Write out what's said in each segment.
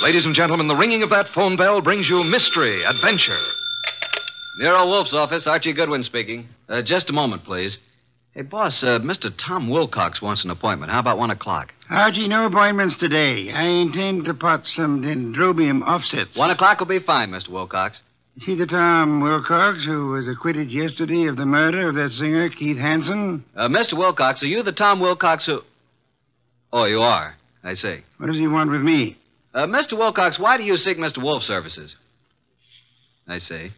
Ladies and gentlemen, the ringing of that phone bell brings you mystery, adventure. Nero Wolf's office. Archie Goodwin speaking. Uh, just a moment, please. Hey, boss, uh, Mr. Tom Wilcox wants an appointment. How about one o'clock? Archie, no appointments today. I intend to pot some dendrobium offsets. One o'clock will be fine, Mr. Wilcox. See the Tom Wilcox who was acquitted yesterday of the murder of that singer, Keith Hansen? Uh, Mr. Wilcox, are you the Tom Wilcox who. Oh, you are. I see. What does he want with me? Uh, Mr. Wilcox, why do you seek Mr. Wolf's services? I see.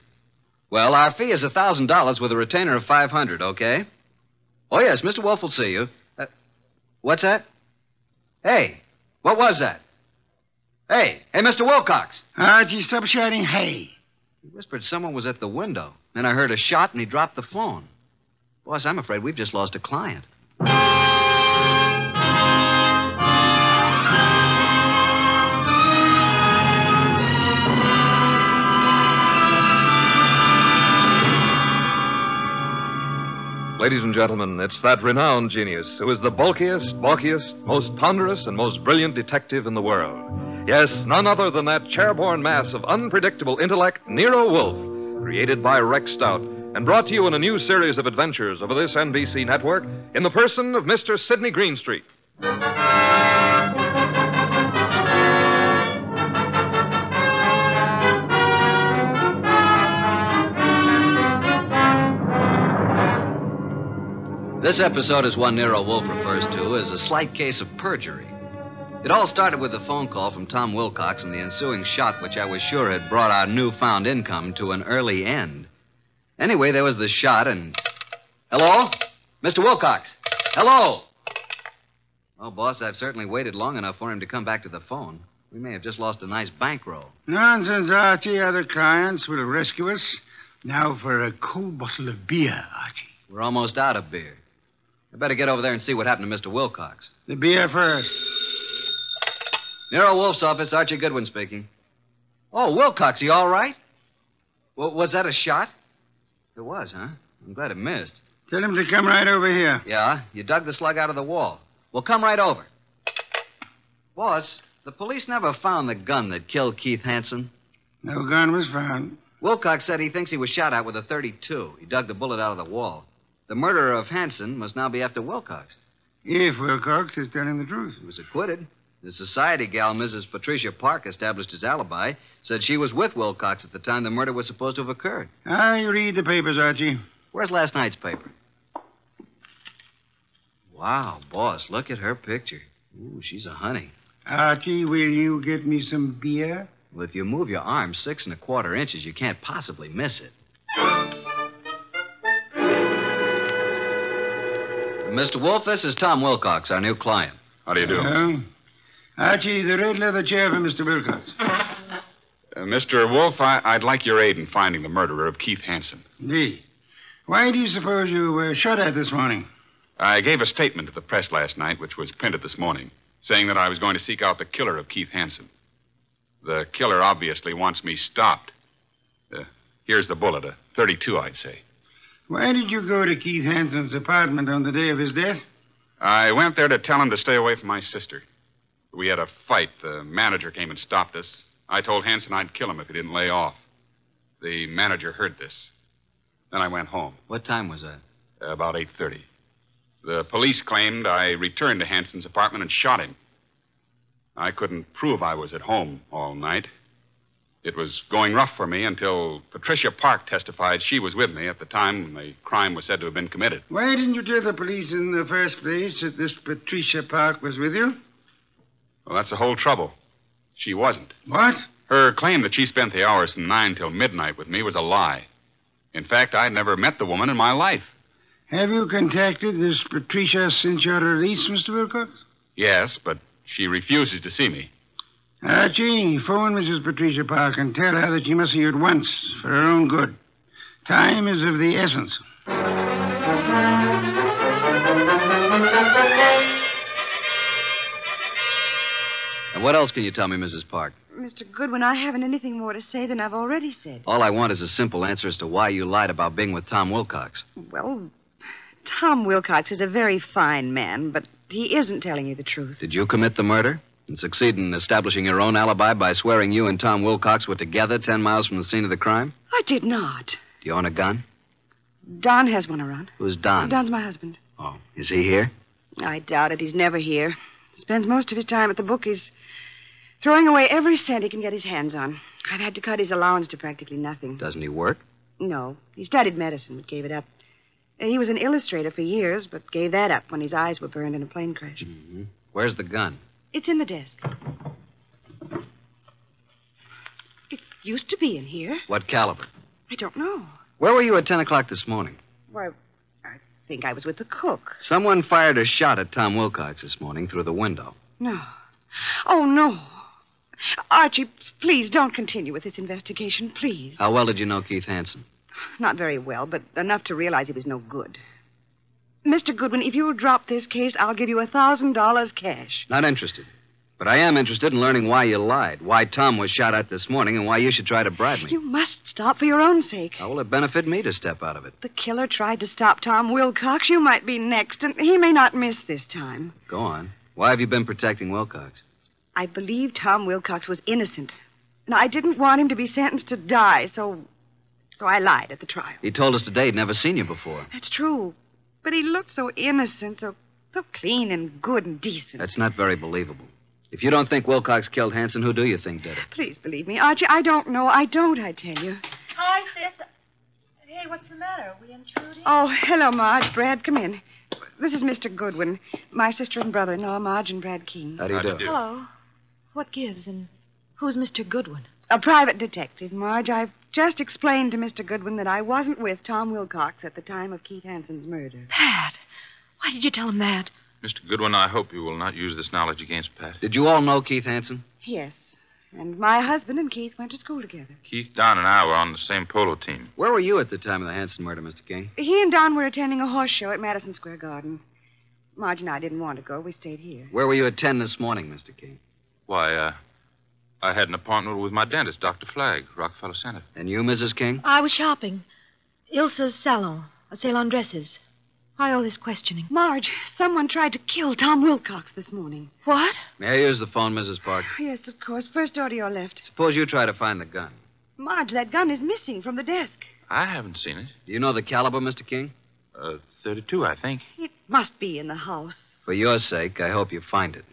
Well, our fee is $1,000 with a retainer of 500 okay? Oh, yes, Mr. Wolf will see you. Uh, what's that? Hey, what was that? Hey, hey, Mr. Wilcox. Archie, stop shouting, hey. He whispered someone was at the window. Then I heard a shot and he dropped the phone. Boss, I'm afraid we've just lost a client. Ladies and gentlemen, it's that renowned genius who is the bulkiest, balkiest, most ponderous, and most brilliant detective in the world. Yes, none other than that chairborne mass of unpredictable intellect, Nero Wolfe, created by Rex Stout and brought to you in a new series of adventures over this NBC network in the person of Mr. Sidney Greenstreet. This episode is one Nero Wolfe refers to as a slight case of perjury. It all started with a phone call from Tom Wilcox and the ensuing shot, which I was sure had brought our newfound income to an early end. Anyway, there was the shot, and. Hello? Mr. Wilcox! Hello! Oh, boss, I've certainly waited long enough for him to come back to the phone. We may have just lost a nice bankroll. Nonsense, Archie. Other clients will rescue us. Now for a cold bottle of beer, Archie. We're almost out of beer. I better get over there and see what happened to Mr. Wilcox. The beer first. Nero Wolf's office, Archie Goodwin speaking. Oh, Wilcox, you all right? W- was that a shot? It was, huh? I'm glad it missed. Tell him to come right over here. Yeah, you dug the slug out of the wall. Well, come right over. Boss, the police never found the gun that killed Keith Hansen. No gun was found. Wilcox said he thinks he was shot at with a 32. He dug the bullet out of the wall. The murderer of Hansen must now be after Wilcox. If Wilcox is telling the truth. He was acquitted. The society gal, Mrs. Patricia Park, established his alibi, said she was with Wilcox at the time the murder was supposed to have occurred. I read the papers, Archie. Where's last night's paper? Wow, boss, look at her picture. Ooh, she's a honey. Archie, will you get me some beer? Well, if you move your arm six and a quarter inches, you can't possibly miss it. Mr. Wolf, this is Tom Wilcox, our new client. How do you do? Well, Archie, the red leather chair for Mr. Wilcox. Uh, Mr. Wolf, I, I'd like your aid in finding the murderer of Keith Hansen. Indeed. Why do you suppose you were shot at this morning? I gave a statement to the press last night, which was printed this morning, saying that I was going to seek out the killer of Keith Hansen. The killer obviously wants me stopped. Uh, here's the bullet, a 32, I'd say. Why did you go to Keith Hansen's apartment on the day of his death? I went there to tell him to stay away from my sister. We had a fight. The manager came and stopped us. I told Hansen I'd kill him if he didn't lay off. The manager heard this. Then I went home. What time was that? About 8:30. The police claimed I returned to Hansen's apartment and shot him. I couldn't prove I was at home all night. It was going rough for me until Patricia Park testified she was with me at the time when the crime was said to have been committed. Why didn't you tell the police in the first place that this Patricia Park was with you? Well, that's the whole trouble. She wasn't. What? Her claim that she spent the hours from 9 till midnight with me was a lie. In fact, I'd never met the woman in my life. Have you contacted this Patricia since your release, Mr. Wilcox? Yes, but she refuses to see me. Archie, Ah, phone Mrs. Patricia Park and tell her that she must see you at once for her own good. Time is of the essence. And what else can you tell me, Mrs. Park? Mr. Goodwin, I haven't anything more to say than I've already said. All I want is a simple answer as to why you lied about being with Tom Wilcox. Well, Tom Wilcox is a very fine man, but he isn't telling you the truth. Did you commit the murder and succeed in establishing your own alibi by swearing you and Tom Wilcox were together 10 miles from the scene of the crime? I did not. Do you own a gun? Don has one around. Who's Don? Don's my husband. Oh, is he here? I doubt it. He's never here. Spends most of his time at the bookies, throwing away every cent he can get his hands on. I've had to cut his allowance to practically nothing. Doesn't he work? No, he studied medicine but gave it up. He was an illustrator for years, but gave that up when his eyes were burned in a plane crash. Hmm. Where's the gun? It's in the desk. It used to be in here. What caliber? I don't know. Where were you at 10 o'clock this morning? Why, I think I was with the cook. Someone fired a shot at Tom Wilcox this morning through the window. No. Oh, no. Archie, please don't continue with this investigation, please. How well did you know Keith Hansen? Not very well, but enough to realize he was no good. Mr. Goodwin, if you'll drop this case, I'll give you a thousand dollars cash. Not interested. But I am interested in learning why you lied, why Tom was shot at this morning, and why you should try to bribe me. You must stop for your own sake. How will it benefit me to step out of it? The killer tried to stop Tom Wilcox. You might be next, and he may not miss this time. Go on. Why have you been protecting Wilcox? I believe Tom Wilcox was innocent. And I didn't want him to be sentenced to die, so so I lied at the trial. He told us today he'd never seen you before. That's true. But he looked so innocent, so so clean and good and decent. That's not very believable. If you don't think Wilcox killed Hanson, who do you think did it? Please believe me, Archie. I don't know. I don't, I tell you. Hi, sis. Hey, what's the matter? Are we intruding? Oh, hello, Marge. Brad, come in. This is Mr. Goodwin, my sister and brother in law, Marge and Brad Keene. How do you How'd you do? do? Hello. What gives and who's Mr. Goodwin? A private detective, Marge. I've just explained to Mr. Goodwin that I wasn't with Tom Wilcox at the time of Keith Hanson's murder. Pat. Why did you tell him that? Mr. Goodwin, I hope you will not use this knowledge against Pat. Did you all know Keith Hansen? Yes. And my husband and Keith went to school together. Keith, Don, and I were on the same polo team. Where were you at the time of the Hansen murder, Mr. King? He and Don were attending a horse show at Madison Square Garden. Marge and I didn't want to go. We stayed here. Where were you at 10 this morning, Mr. King? Why, uh, I had an appointment with my dentist, Dr. Flagg, Rockefeller Center. And you, Mrs. King? I was shopping. Ilsa's salon. A sale on dresses. Why all this questioning? Marge, someone tried to kill Tom Wilcox this morning. What? May I use the phone, Mrs. Park? Yes, of course. First door to your left. Suppose you try to find the gun. Marge, that gun is missing from the desk. I haven't seen it. Do you know the caliber, Mr. King? Uh, 32, I think. It must be in the house. For your sake, I hope you find it.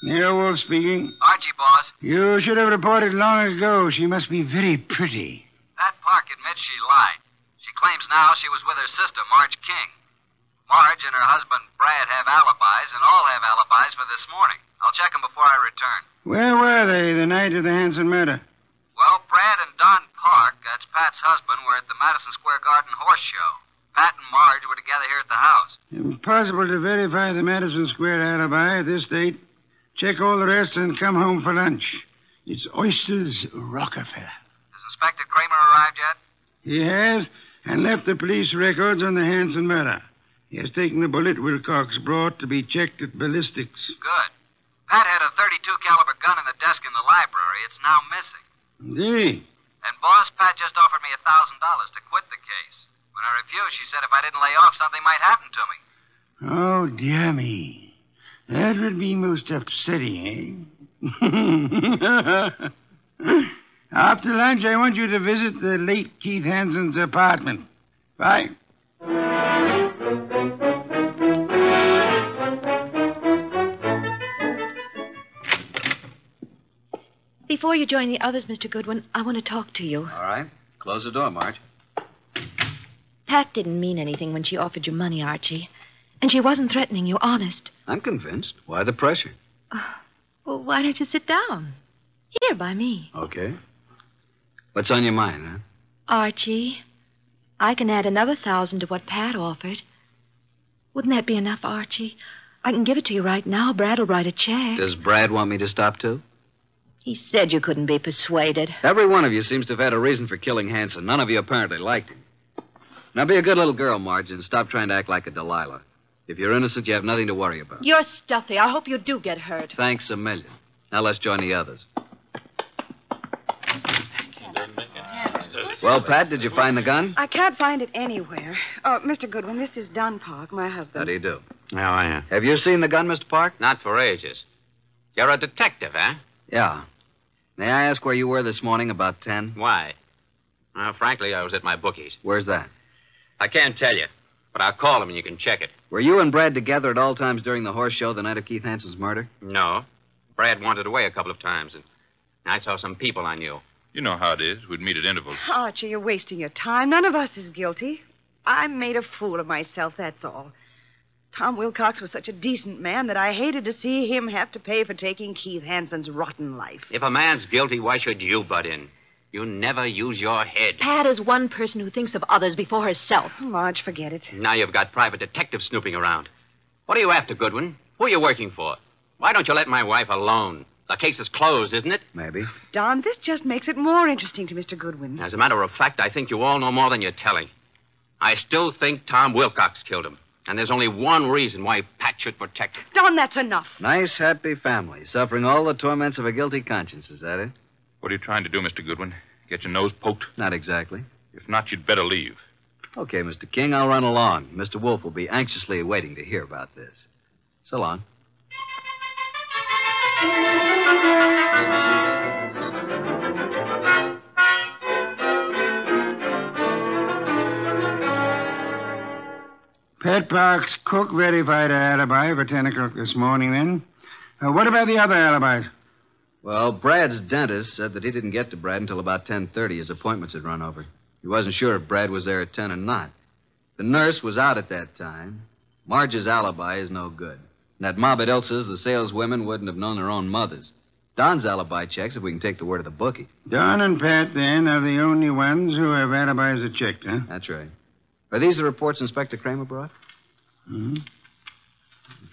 Nero Wolf speaking. Archie, boss. You should have reported long ago. She must be very pretty. Pat Park admits she lied. She claims now she was with her sister, Marge King. Marge and her husband, Brad, have alibis, and all have alibis for this morning. I'll check them before I return. Where were they the night of the Hanson murder? Well, Brad and Don Park, that's Pat's husband, were at the Madison Square Garden horse show. Pat and Marge were together here at the house. Impossible to verify the Madison Square alibi at this date. Check all the rest and come home for lunch. It's Oysters Rockefeller. Has Inspector Kramer arrived yet? He has and left the police records on the Hanson murder. He has taken the bullet Wilcox brought to be checked at ballistics. Good. Pat had a 32 caliber gun in the desk in the library. It's now missing. Indeed. And boss, Pat just offered me a thousand dollars to quit the case. When I refused, she said if I didn't lay off, something might happen to me. Oh, dear me. That would be most upsetting, eh? After lunch, I want you to visit the late Keith Hansen's apartment. Bye. Before you join the others, Mr. Goodwin, I want to talk to you. All right. Close the door, Marge. Pat didn't mean anything when she offered you money, Archie. And she wasn't threatening you, honest. I'm convinced. Why the pressure? Well, why don't you sit down? Here by me. Okay. What's on your mind, huh? Archie, I can add another thousand to what Pat offered. Wouldn't that be enough, Archie? I can give it to you right now. Brad'll write a check. Does Brad want me to stop too? He said you couldn't be persuaded. Every one of you seems to have had a reason for killing Hanson. None of you apparently liked him. Now be a good little girl, Marge, and stop trying to act like a Delilah. If you're innocent, you have nothing to worry about. You're stuffy. I hope you do get hurt. Thanks a million. Now let's join the others. Well, Pat, did you find the gun? I can't find it anywhere. Oh, Mr. Goodwin, this is Don Park, my How husband. do you do? How are you? Have you seen the gun, Mr. Park? Not for ages. You're a detective, eh? Yeah. May I ask where you were this morning about 10? Why? Well, frankly, I was at my bookie's. Where's that? I can't tell you, but I'll call him and you can check it. Were you and Brad together at all times during the horse show the night of Keith Hanson's murder? No. Brad wandered away a couple of times, and I saw some people I knew. You know how it is. We'd meet at intervals. Archie, you're wasting your time. None of us is guilty. I made a fool of myself, that's all. Tom Wilcox was such a decent man that I hated to see him have to pay for taking Keith Hanson's rotten life. If a man's guilty, why should you butt in? You never use your head. Pat is one person who thinks of others before herself. Marge, forget it. Now you've got private detectives snooping around. What are you after, Goodwin? Who are you working for? Why don't you let my wife alone? The case is closed, isn't it? Maybe. Don, this just makes it more interesting to Mr. Goodwin. As a matter of fact, I think you all know more than you're telling. I still think Tom Wilcox killed him. And there's only one reason why Pat should protect him. Don, that's enough. Nice, happy family, suffering all the torments of a guilty conscience, is that it? What are you trying to do, Mr. Goodwin? Get your nose poked? Not exactly. If not, you'd better leave. Okay, Mr. King, I'll run along. Mr. Wolf will be anxiously waiting to hear about this. So long. Pat Park's cook verified her alibi for 10 o'clock this morning, then. Uh, what about the other alibis? Well, Brad's dentist said that he didn't get to Brad until about 10:30. His appointments had run over. He wasn't sure if Brad was there at 10 or not. The nurse was out at that time. Marge's alibi is no good. And at Mob at Elsa's, the saleswomen wouldn't have known their own mothers. Don's alibi checks if we can take the word of the bookie. Don and Pat, then, are the only ones who have alibis that checked, huh? That's right. Are these the reports Inspector Kramer brought? hmm Mm-hmm.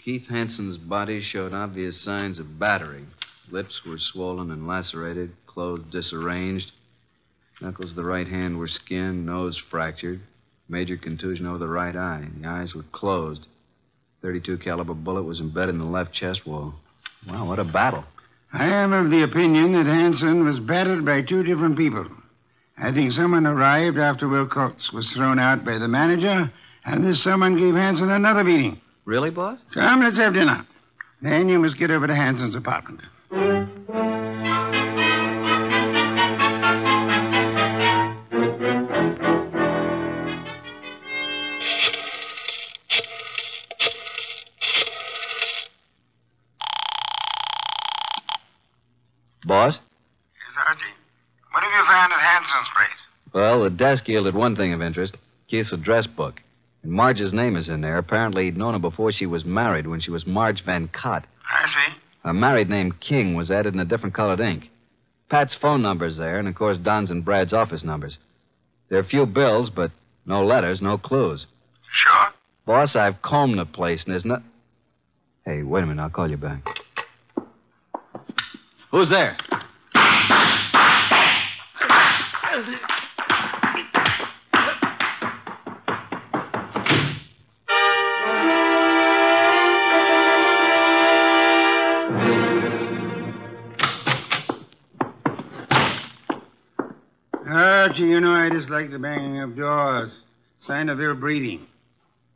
Keith Hanson's body showed obvious signs of battery. Lips were swollen and lacerated, clothes disarranged. Knuckles of the right hand were skinned, nose fractured, major contusion over the right eye. The eyes were closed. 32 caliber bullet was embedded in the left chest wall. Wow, what a battle. I am of the opinion that Hanson was battered by two different people. I think someone arrived after Wilcox was thrown out by the manager, and this someone gave Hanson another beating. Really, boss? Come, let's have dinner. Then you must get over to Hanson's apartment. Boss? Yes, Archie. What have you found at Hanson's place? Well, the desk yielded one thing of interest Keith's address book. And Marge's name is in there. Apparently, he'd known her before she was married when she was Marge Van Cott. I see. A married name King was added in a different colored ink. Pat's phone number's there, and of course Don's and Brad's office numbers. There are few bills, but no letters, no clues. Sure. Boss, I've combed the place, and there's no. Hey, wait a minute. I'll call you back. Who's there? Archie, you know I dislike the banging of doors. Sign of ill breeding.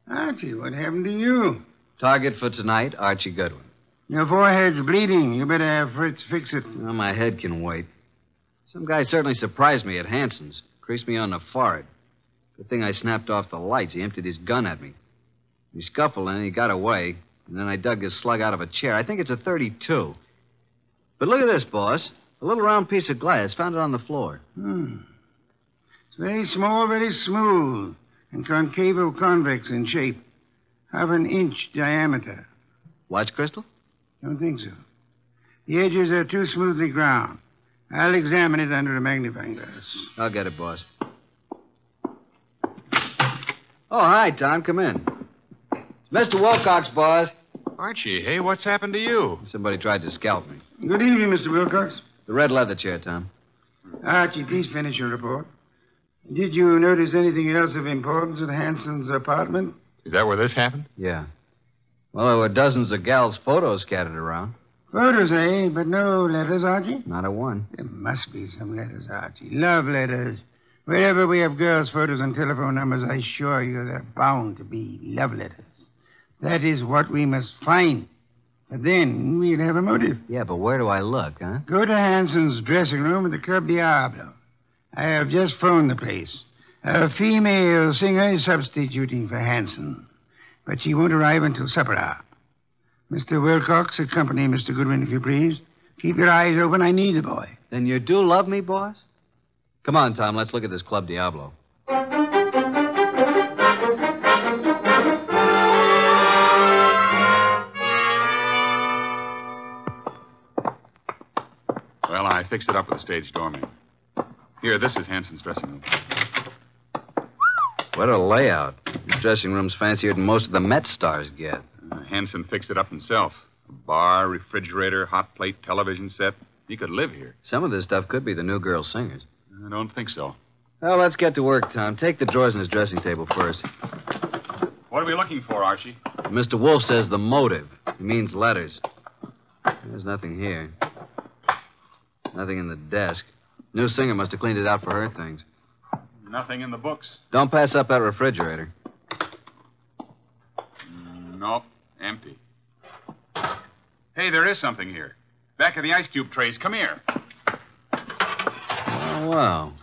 Archie, what happened to you? Target for tonight, Archie Goodwin. Your forehead's bleeding. You better have Fritz fix it. Well, my head can wait. Some guy certainly surprised me at Hanson's. Creased me on the forehead. Good thing I snapped off the lights. He emptied his gun at me. We scuffled and he got away. And then I dug his slug out of a chair. I think it's a 32. But look at this, boss. A little round piece of glass. Found it on the floor. Hmm. It's very small, very smooth, and concave or convex in shape. Half an inch diameter. Watch crystal? Don't think so. The edges are too smoothly ground. I'll examine it under a magnifying glass. I'll get it, boss. Oh, hi, Tom. Come in. It's Mr. Wilcox, boss. Archie, hey, what's happened to you? Somebody tried to scalp me. Good evening, Mr. Wilcox. The red leather chair, Tom. Archie, please finish your report. Did you notice anything else of importance at Hanson's apartment? Is that where this happened? Yeah. Well, there were dozens of gals' photos scattered around. Photos, eh? But no letters, Archie? Not a one. There must be some letters, Archie. Love letters. Wherever we have girls' photos and telephone numbers, I assure you there are bound to be love letters. That is what we must find. But then we'd have a motive. Yeah, but where do I look, huh? Go to Hanson's dressing room at the Club Diablo. I have just phoned the place. A female singer is substituting for Hanson, but she won't arrive until supper hour. Mr. Wilcox, accompany Mr. Goodwin, if you please. Keep your eyes open. I need the boy. Then you do love me, boss? Come on, Tom, let's look at this Club Diablo. Well, I fixed it up with the stage doorman. Here, this is Hanson's dressing room. What a layout. This dressing room's fancier than most of the Met stars get. Uh, Hanson fixed it up himself. A bar, refrigerator, hot plate, television set. He could live here. Some of this stuff could be the new girl singers. I don't think so. Well, let's get to work, Tom. Take the drawers in his dressing table first. What are we looking for, Archie? Mr. Wolf says the motive. He means letters. There's nothing here. Nothing in the desk. New singer must have cleaned it out for her things. Nothing in the books. Don't pass up that refrigerator. Nope. Empty. Hey, there is something here. Back of the ice cube trays. Come here. Oh, wow.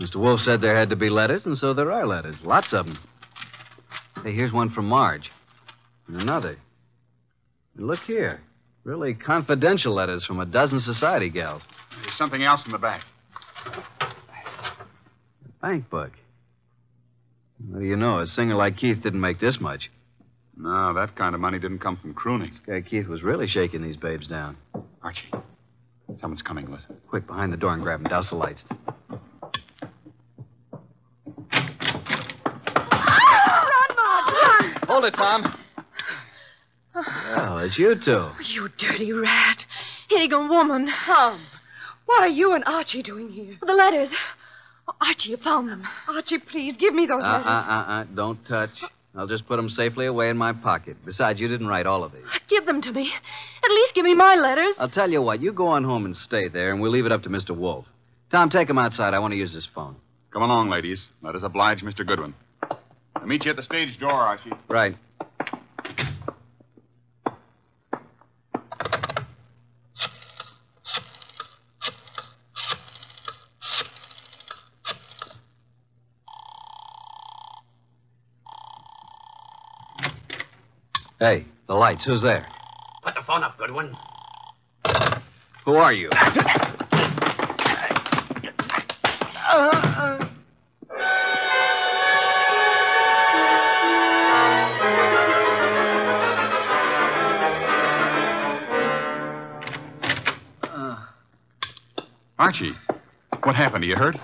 Mr. Wolf said there had to be letters, and so there are letters. Lots of them. Hey, here's one from Marge. And another. And look here. Really confidential letters from a dozen society gals. There's something else in the back. Bank book. What do you know? A singer like Keith didn't make this much. No, that kind of money didn't come from crooning. This guy Keith was really shaking these babes down. Archie, someone's coming. Listen. Quick, behind the door and grab him. Douse the lights. Run, Marge, run! Hold it, Tom. Well, it's you two. Oh, You dirty rat. Eagle woman. Tom, what are you and Archie doing here? The letters. Oh, Archie, you found them. Archie, please, give me those Uh, uh, letters. uh, uh. Don't touch. I'll just put them safely away in my pocket. Besides, you didn't write all of these. Give them to me. At least give me my letters. I'll tell you what. You go on home and stay there, and we'll leave it up to Mr. Wolf. Tom, take him outside. I want to use his phone. Come along, ladies. Let us oblige Mr. Goodwin. I'll meet you at the stage door, Archie. Right. Hey, the lights. Who's there? Put the phone up, Goodwin. Who are you? Archie, what happened? Are you hurt?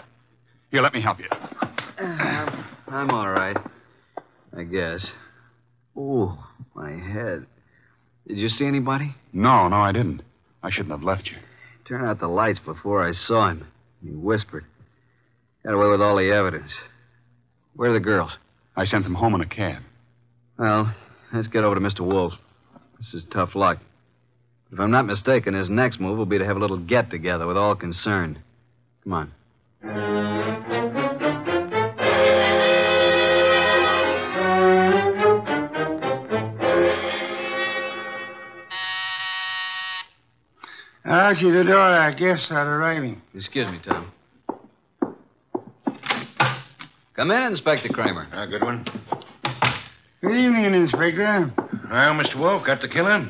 Here, let me help you. I'm all right. I guess. Ooh, my head. Did you see anybody? No, no, I didn't. I shouldn't have left you. Turn out the lights before I saw him. He whispered. Got away with all the evidence. Where are the girls? I sent them home in a cab. Well, let's get over to Mr. Wolf. This is tough luck. If I'm not mistaken, his next move will be to have a little get together with all concerned. Come on. Archie, the door, our guests are arriving. Excuse me, Tom. Come in, Inspector Kramer. Ah, good one. Good evening, Inspector. Well, Mr. Wolf, got the killer?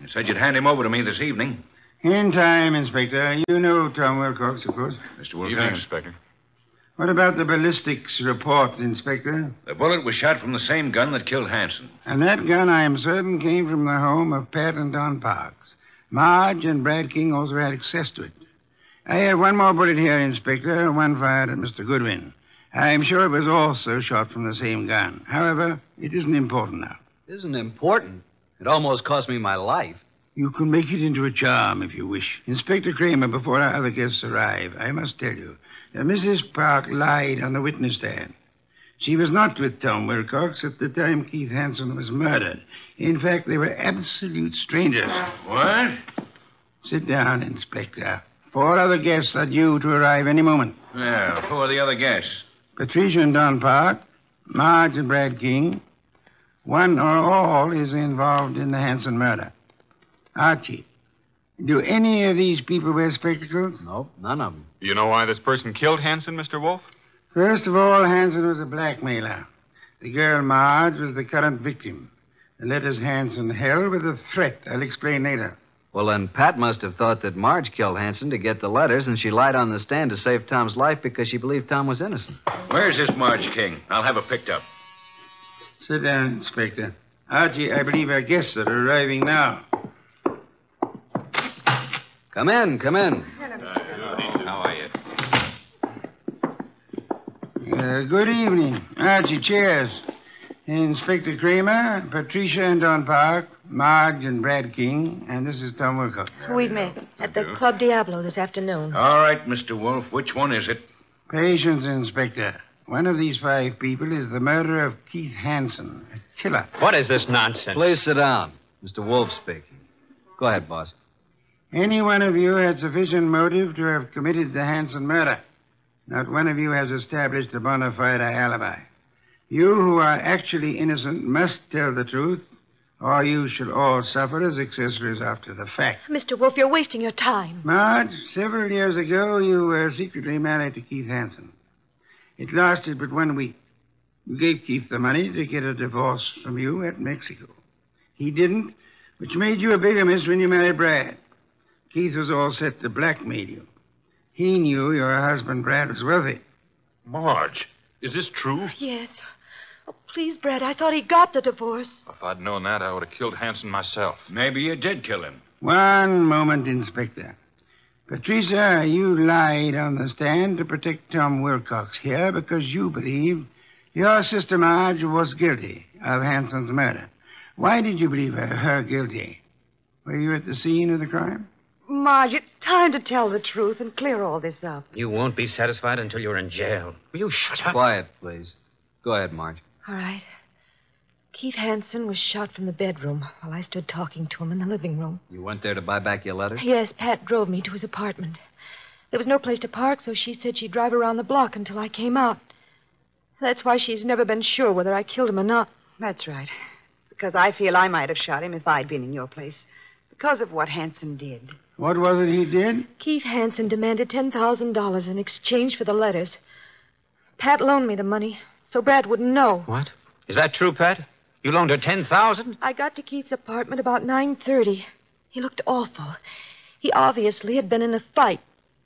You said you'd hand him over to me this evening. In time, Inspector. You know Tom Wilcox, of course. Mr. Wolf, Evening, thanks. Inspector. What about the ballistics report, Inspector? The bullet was shot from the same gun that killed Hanson. And that gun, I am certain, came from the home of Pat and Don Parks. Marge and Brad King also had access to it. I have one more bullet here, Inspector, one fired at Mr. Goodwin. I am sure it was also shot from the same gun. However, it isn't important now. This isn't important. It almost cost me my life. You can make it into a charm if you wish. Inspector Kramer, before our other guests arrive, I must tell you that Mrs. Park lied on the witness stand. She was not with Tom Wilcox at the time Keith Hansen was murdered. In fact, they were absolute strangers. What? Sit down, Inspector. Four other guests are due to arrive any moment. Well, who are the other guests? Patricia and Don Park, Marge and Brad King. One or all is involved in the Hanson murder. Archie, do any of these people wear spectacles? Nope, none of them. You know why this person killed Hanson, Mr. Wolf? First of all, Hanson was a blackmailer. The girl Marge was the current victim. The letters Hanson held with a threat I'll explain later. Well, then Pat must have thought that Marge killed Hanson to get the letters, and she lied on the stand to save Tom's life because she believed Tom was innocent. Where's this Marge King? I'll have her picked up. Sit down, Inspector. Archie, I believe our guests are arriving now. Come in, come in. How are you? Uh, good evening. Archie, cheers. Inspector Kramer, Patricia and Don Park, Marge and Brad King, and this is Tom Wilcox. We met at the Club Diablo this afternoon. All right, Mr. Wolf. Which one is it? Patience, Inspector. One of these five people is the murderer of Keith Hansen, a killer. What is this nonsense? Please sit down. Mr. Wolf speaking. Go ahead, boss. Any one of you had sufficient motive to have committed the Hanson murder. Not one of you has established a bona fide alibi. You who are actually innocent must tell the truth, or you shall all suffer as accessories after the fact. Mr. Wolf, you're wasting your time. Marge, several years ago, you were secretly married to Keith Hansen. It lasted but one week. You gave Keith the money to get a divorce from you at Mexico. He didn't, which made you a bigamist when you married Brad. Keith was all set to blackmail you. He knew your husband, Brad, was wealthy. Marge, is this true? Yes. Oh, please, Brad, I thought he got the divorce. If I'd known that, I would have killed Hanson myself. Maybe you did kill him. One moment, Inspector. Patricia, you lied on the stand to protect Tom Wilcox here because you believed your sister Marge was guilty of Hanson's murder. Why did you believe her, her guilty? Were you at the scene of the crime? Marge, it's time to tell the truth and clear all this up. You won't be satisfied until you're in jail. Will you shut up? Quiet, please. Go ahead, Marge. All right. Keith Hansen was shot from the bedroom while I stood talking to him in the living room. You went there to buy back your letters? Yes, Pat drove me to his apartment. There was no place to park, so she said she'd drive around the block until I came out. That's why she's never been sure whether I killed him or not. Oh, That's right. Because I feel I might have shot him if I'd been in your place. Because of what Hanson did. What was it he did? Keith Hansen demanded $10,000 in exchange for the letters. Pat loaned me the money so Brad wouldn't know. What? Is that true, Pat? You loaned her ten thousand? I got to Keith's apartment about 9:30. He looked awful. He obviously had been in a fight.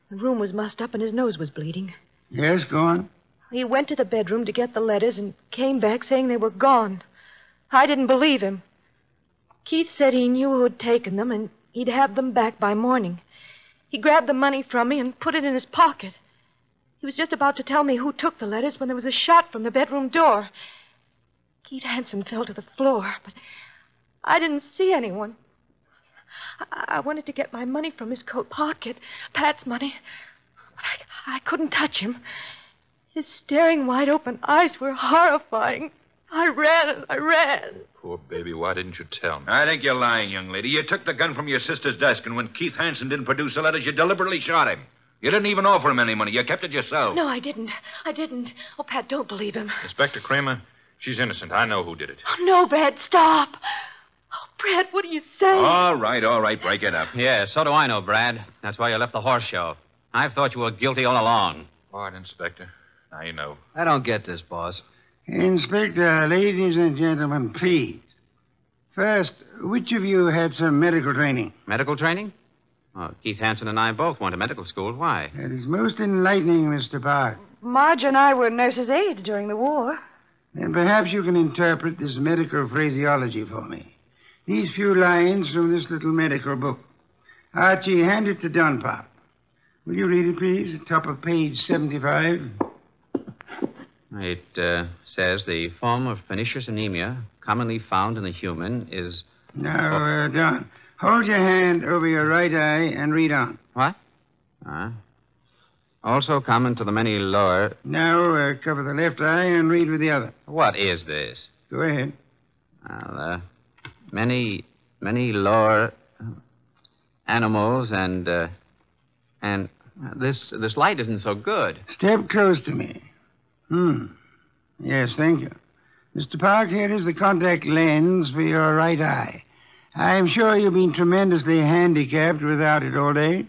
The room was mussed up and his nose was bleeding. Yes, go on. He went to the bedroom to get the letters and came back saying they were gone. I didn't believe him. Keith said he knew who had taken them and he'd have them back by morning. He grabbed the money from me and put it in his pocket. He was just about to tell me who took the letters when there was a shot from the bedroom door. Keith Hansen fell to the floor, but I didn't see anyone. I, I wanted to get my money from his coat pocket, Pat's money, but I, I couldn't touch him. His staring, wide open eyes were horrifying. I ran and I ran. Poor baby, why didn't you tell me? I think you're lying, young lady. You took the gun from your sister's desk, and when Keith Hansen didn't produce the letters, you deliberately shot him. You didn't even offer him any money. You kept it yourself. No, I didn't. I didn't. Oh, Pat, don't believe him. Inspector Kramer, she's innocent. I know who did it. Oh, no, Brad, stop. Oh, Brad, what are you saying? Oh, All right, all right. Break it up. Yeah, so do I know, Brad. That's why you left the horse show. I've thought you were guilty all along. All right, Inspector. Now you know. I don't get this, boss. Inspector, ladies and gentlemen, please. First, which of you had some medical training? Medical training? Oh, Keith Hansen and I both went to medical school. Why? That is most enlightening, Mr. Park. Marge and I were nurses' aides during the war. Then perhaps you can interpret this medical phraseology for me. These few lines from this little medical book. Archie, hand it to Don Pop. Will you read it, please? Top of page 75. It uh, says the form of pernicious anemia commonly found in the human is. Now, uh, Don, Hold your hand over your right eye and read on. What? Huh? Also common to the many lower. Now uh, cover the left eye and read with the other. What is this? Go ahead. Well, uh, many, many lower animals and, uh, and this, this light isn't so good. Step close to me. Hmm. Yes, thank you. Mr. Park, here is the contact lens for your right eye. I'm sure you've been tremendously handicapped without it all day.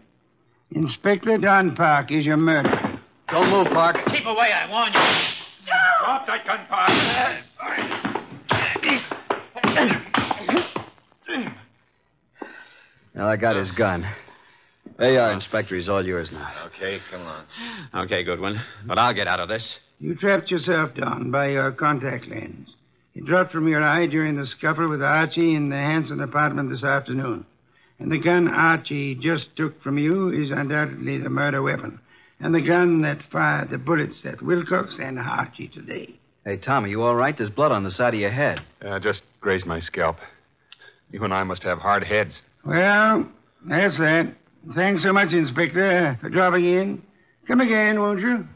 Inspector Don Park is your murderer. Don't move, Park. Keep away, I warn you. Drop that gun, Park. Well, I got his gun. There you are, Inspector. He's all yours now. Okay, come on. Okay, Goodwin. But I'll get out of this. You trapped yourself, Don, by your contact lens. It dropped from your eye during the scuffle with Archie in the Hanson apartment this afternoon. And the gun Archie just took from you is undoubtedly the murder weapon. And the gun that fired the bullets at Wilcox and Archie today. Hey, Tom, are you all right? There's blood on the side of your head. Uh, just grazed my scalp. You and I must have hard heads. Well, that's that. Thanks so much, Inspector, for dropping in. Come again, won't you?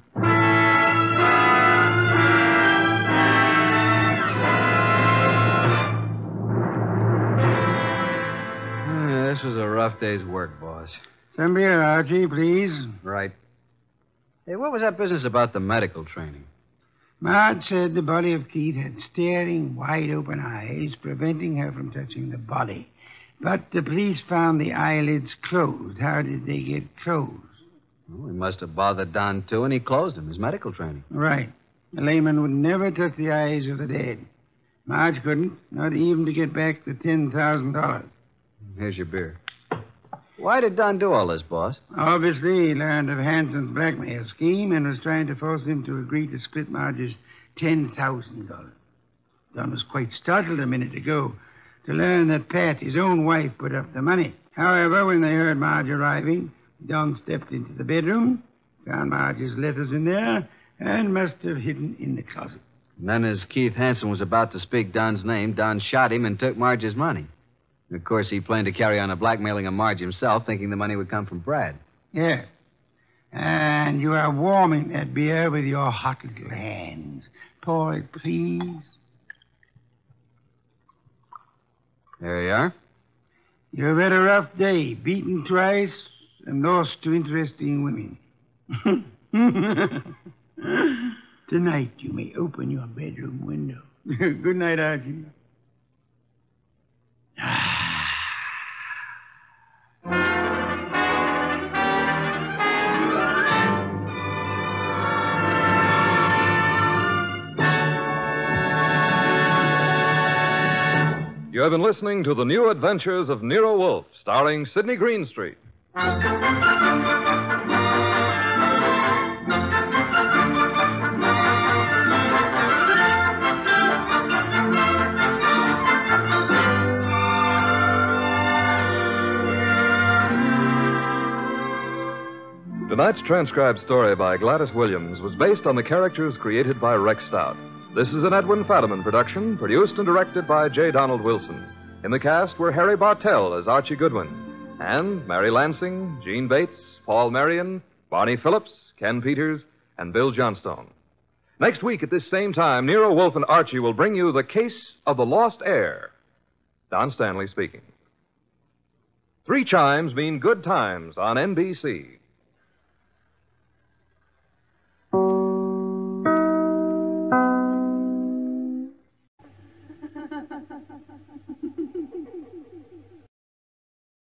Uh, this was a rough day's work, boss. Some beer, Archie, please. Right. Hey, what was that business about the medical training? Maud said the body of Keith had staring, wide open eyes, preventing her from touching the body. But the police found the eyelids closed. How did they get closed? Well, he must have bothered Don, too, and he closed him, his medical training. Right. A layman would never touch the eyes of the dead. Marge couldn't, not even to get back the $10,000. Here's your beer. Why did Don do all this, boss? Obviously, he learned of Hanson's blackmail scheme and was trying to force him to agree to split Marge's $10,000. Don was quite startled a minute ago to learn that Pat, his own wife, put up the money. However, when they heard Marge arriving, Don stepped into the bedroom, found Marge's letters in there, and must have hidden in the closet. And then, as Keith Hanson was about to speak Don's name, Don shot him and took Marge's money. And of course, he planned to carry on a blackmailing of Marge himself, thinking the money would come from Brad. Yes. And you are warming that beer with your hot little hands. Pour it, please. There you are. You've had a rough day, beaten twice and lost to interesting women. Tonight you may open your bedroom window. Good night, Archie. You have been listening to The New Adventures of Nero Wolf, starring Sidney Greenstreet. Tonight's transcribed story by Gladys Williams was based on the characters created by Rex Stout. This is an Edwin Fadiman production, produced and directed by J. Donald Wilson. In the cast were Harry Bartell as Archie Goodwin, and Mary Lansing, Gene Bates, Paul Marion, Barney Phillips, Ken Peters, and Bill Johnstone. Next week at this same time, Nero Wolf and Archie will bring you The Case of the Lost Heir. Don Stanley speaking. Three chimes mean good times on NBC.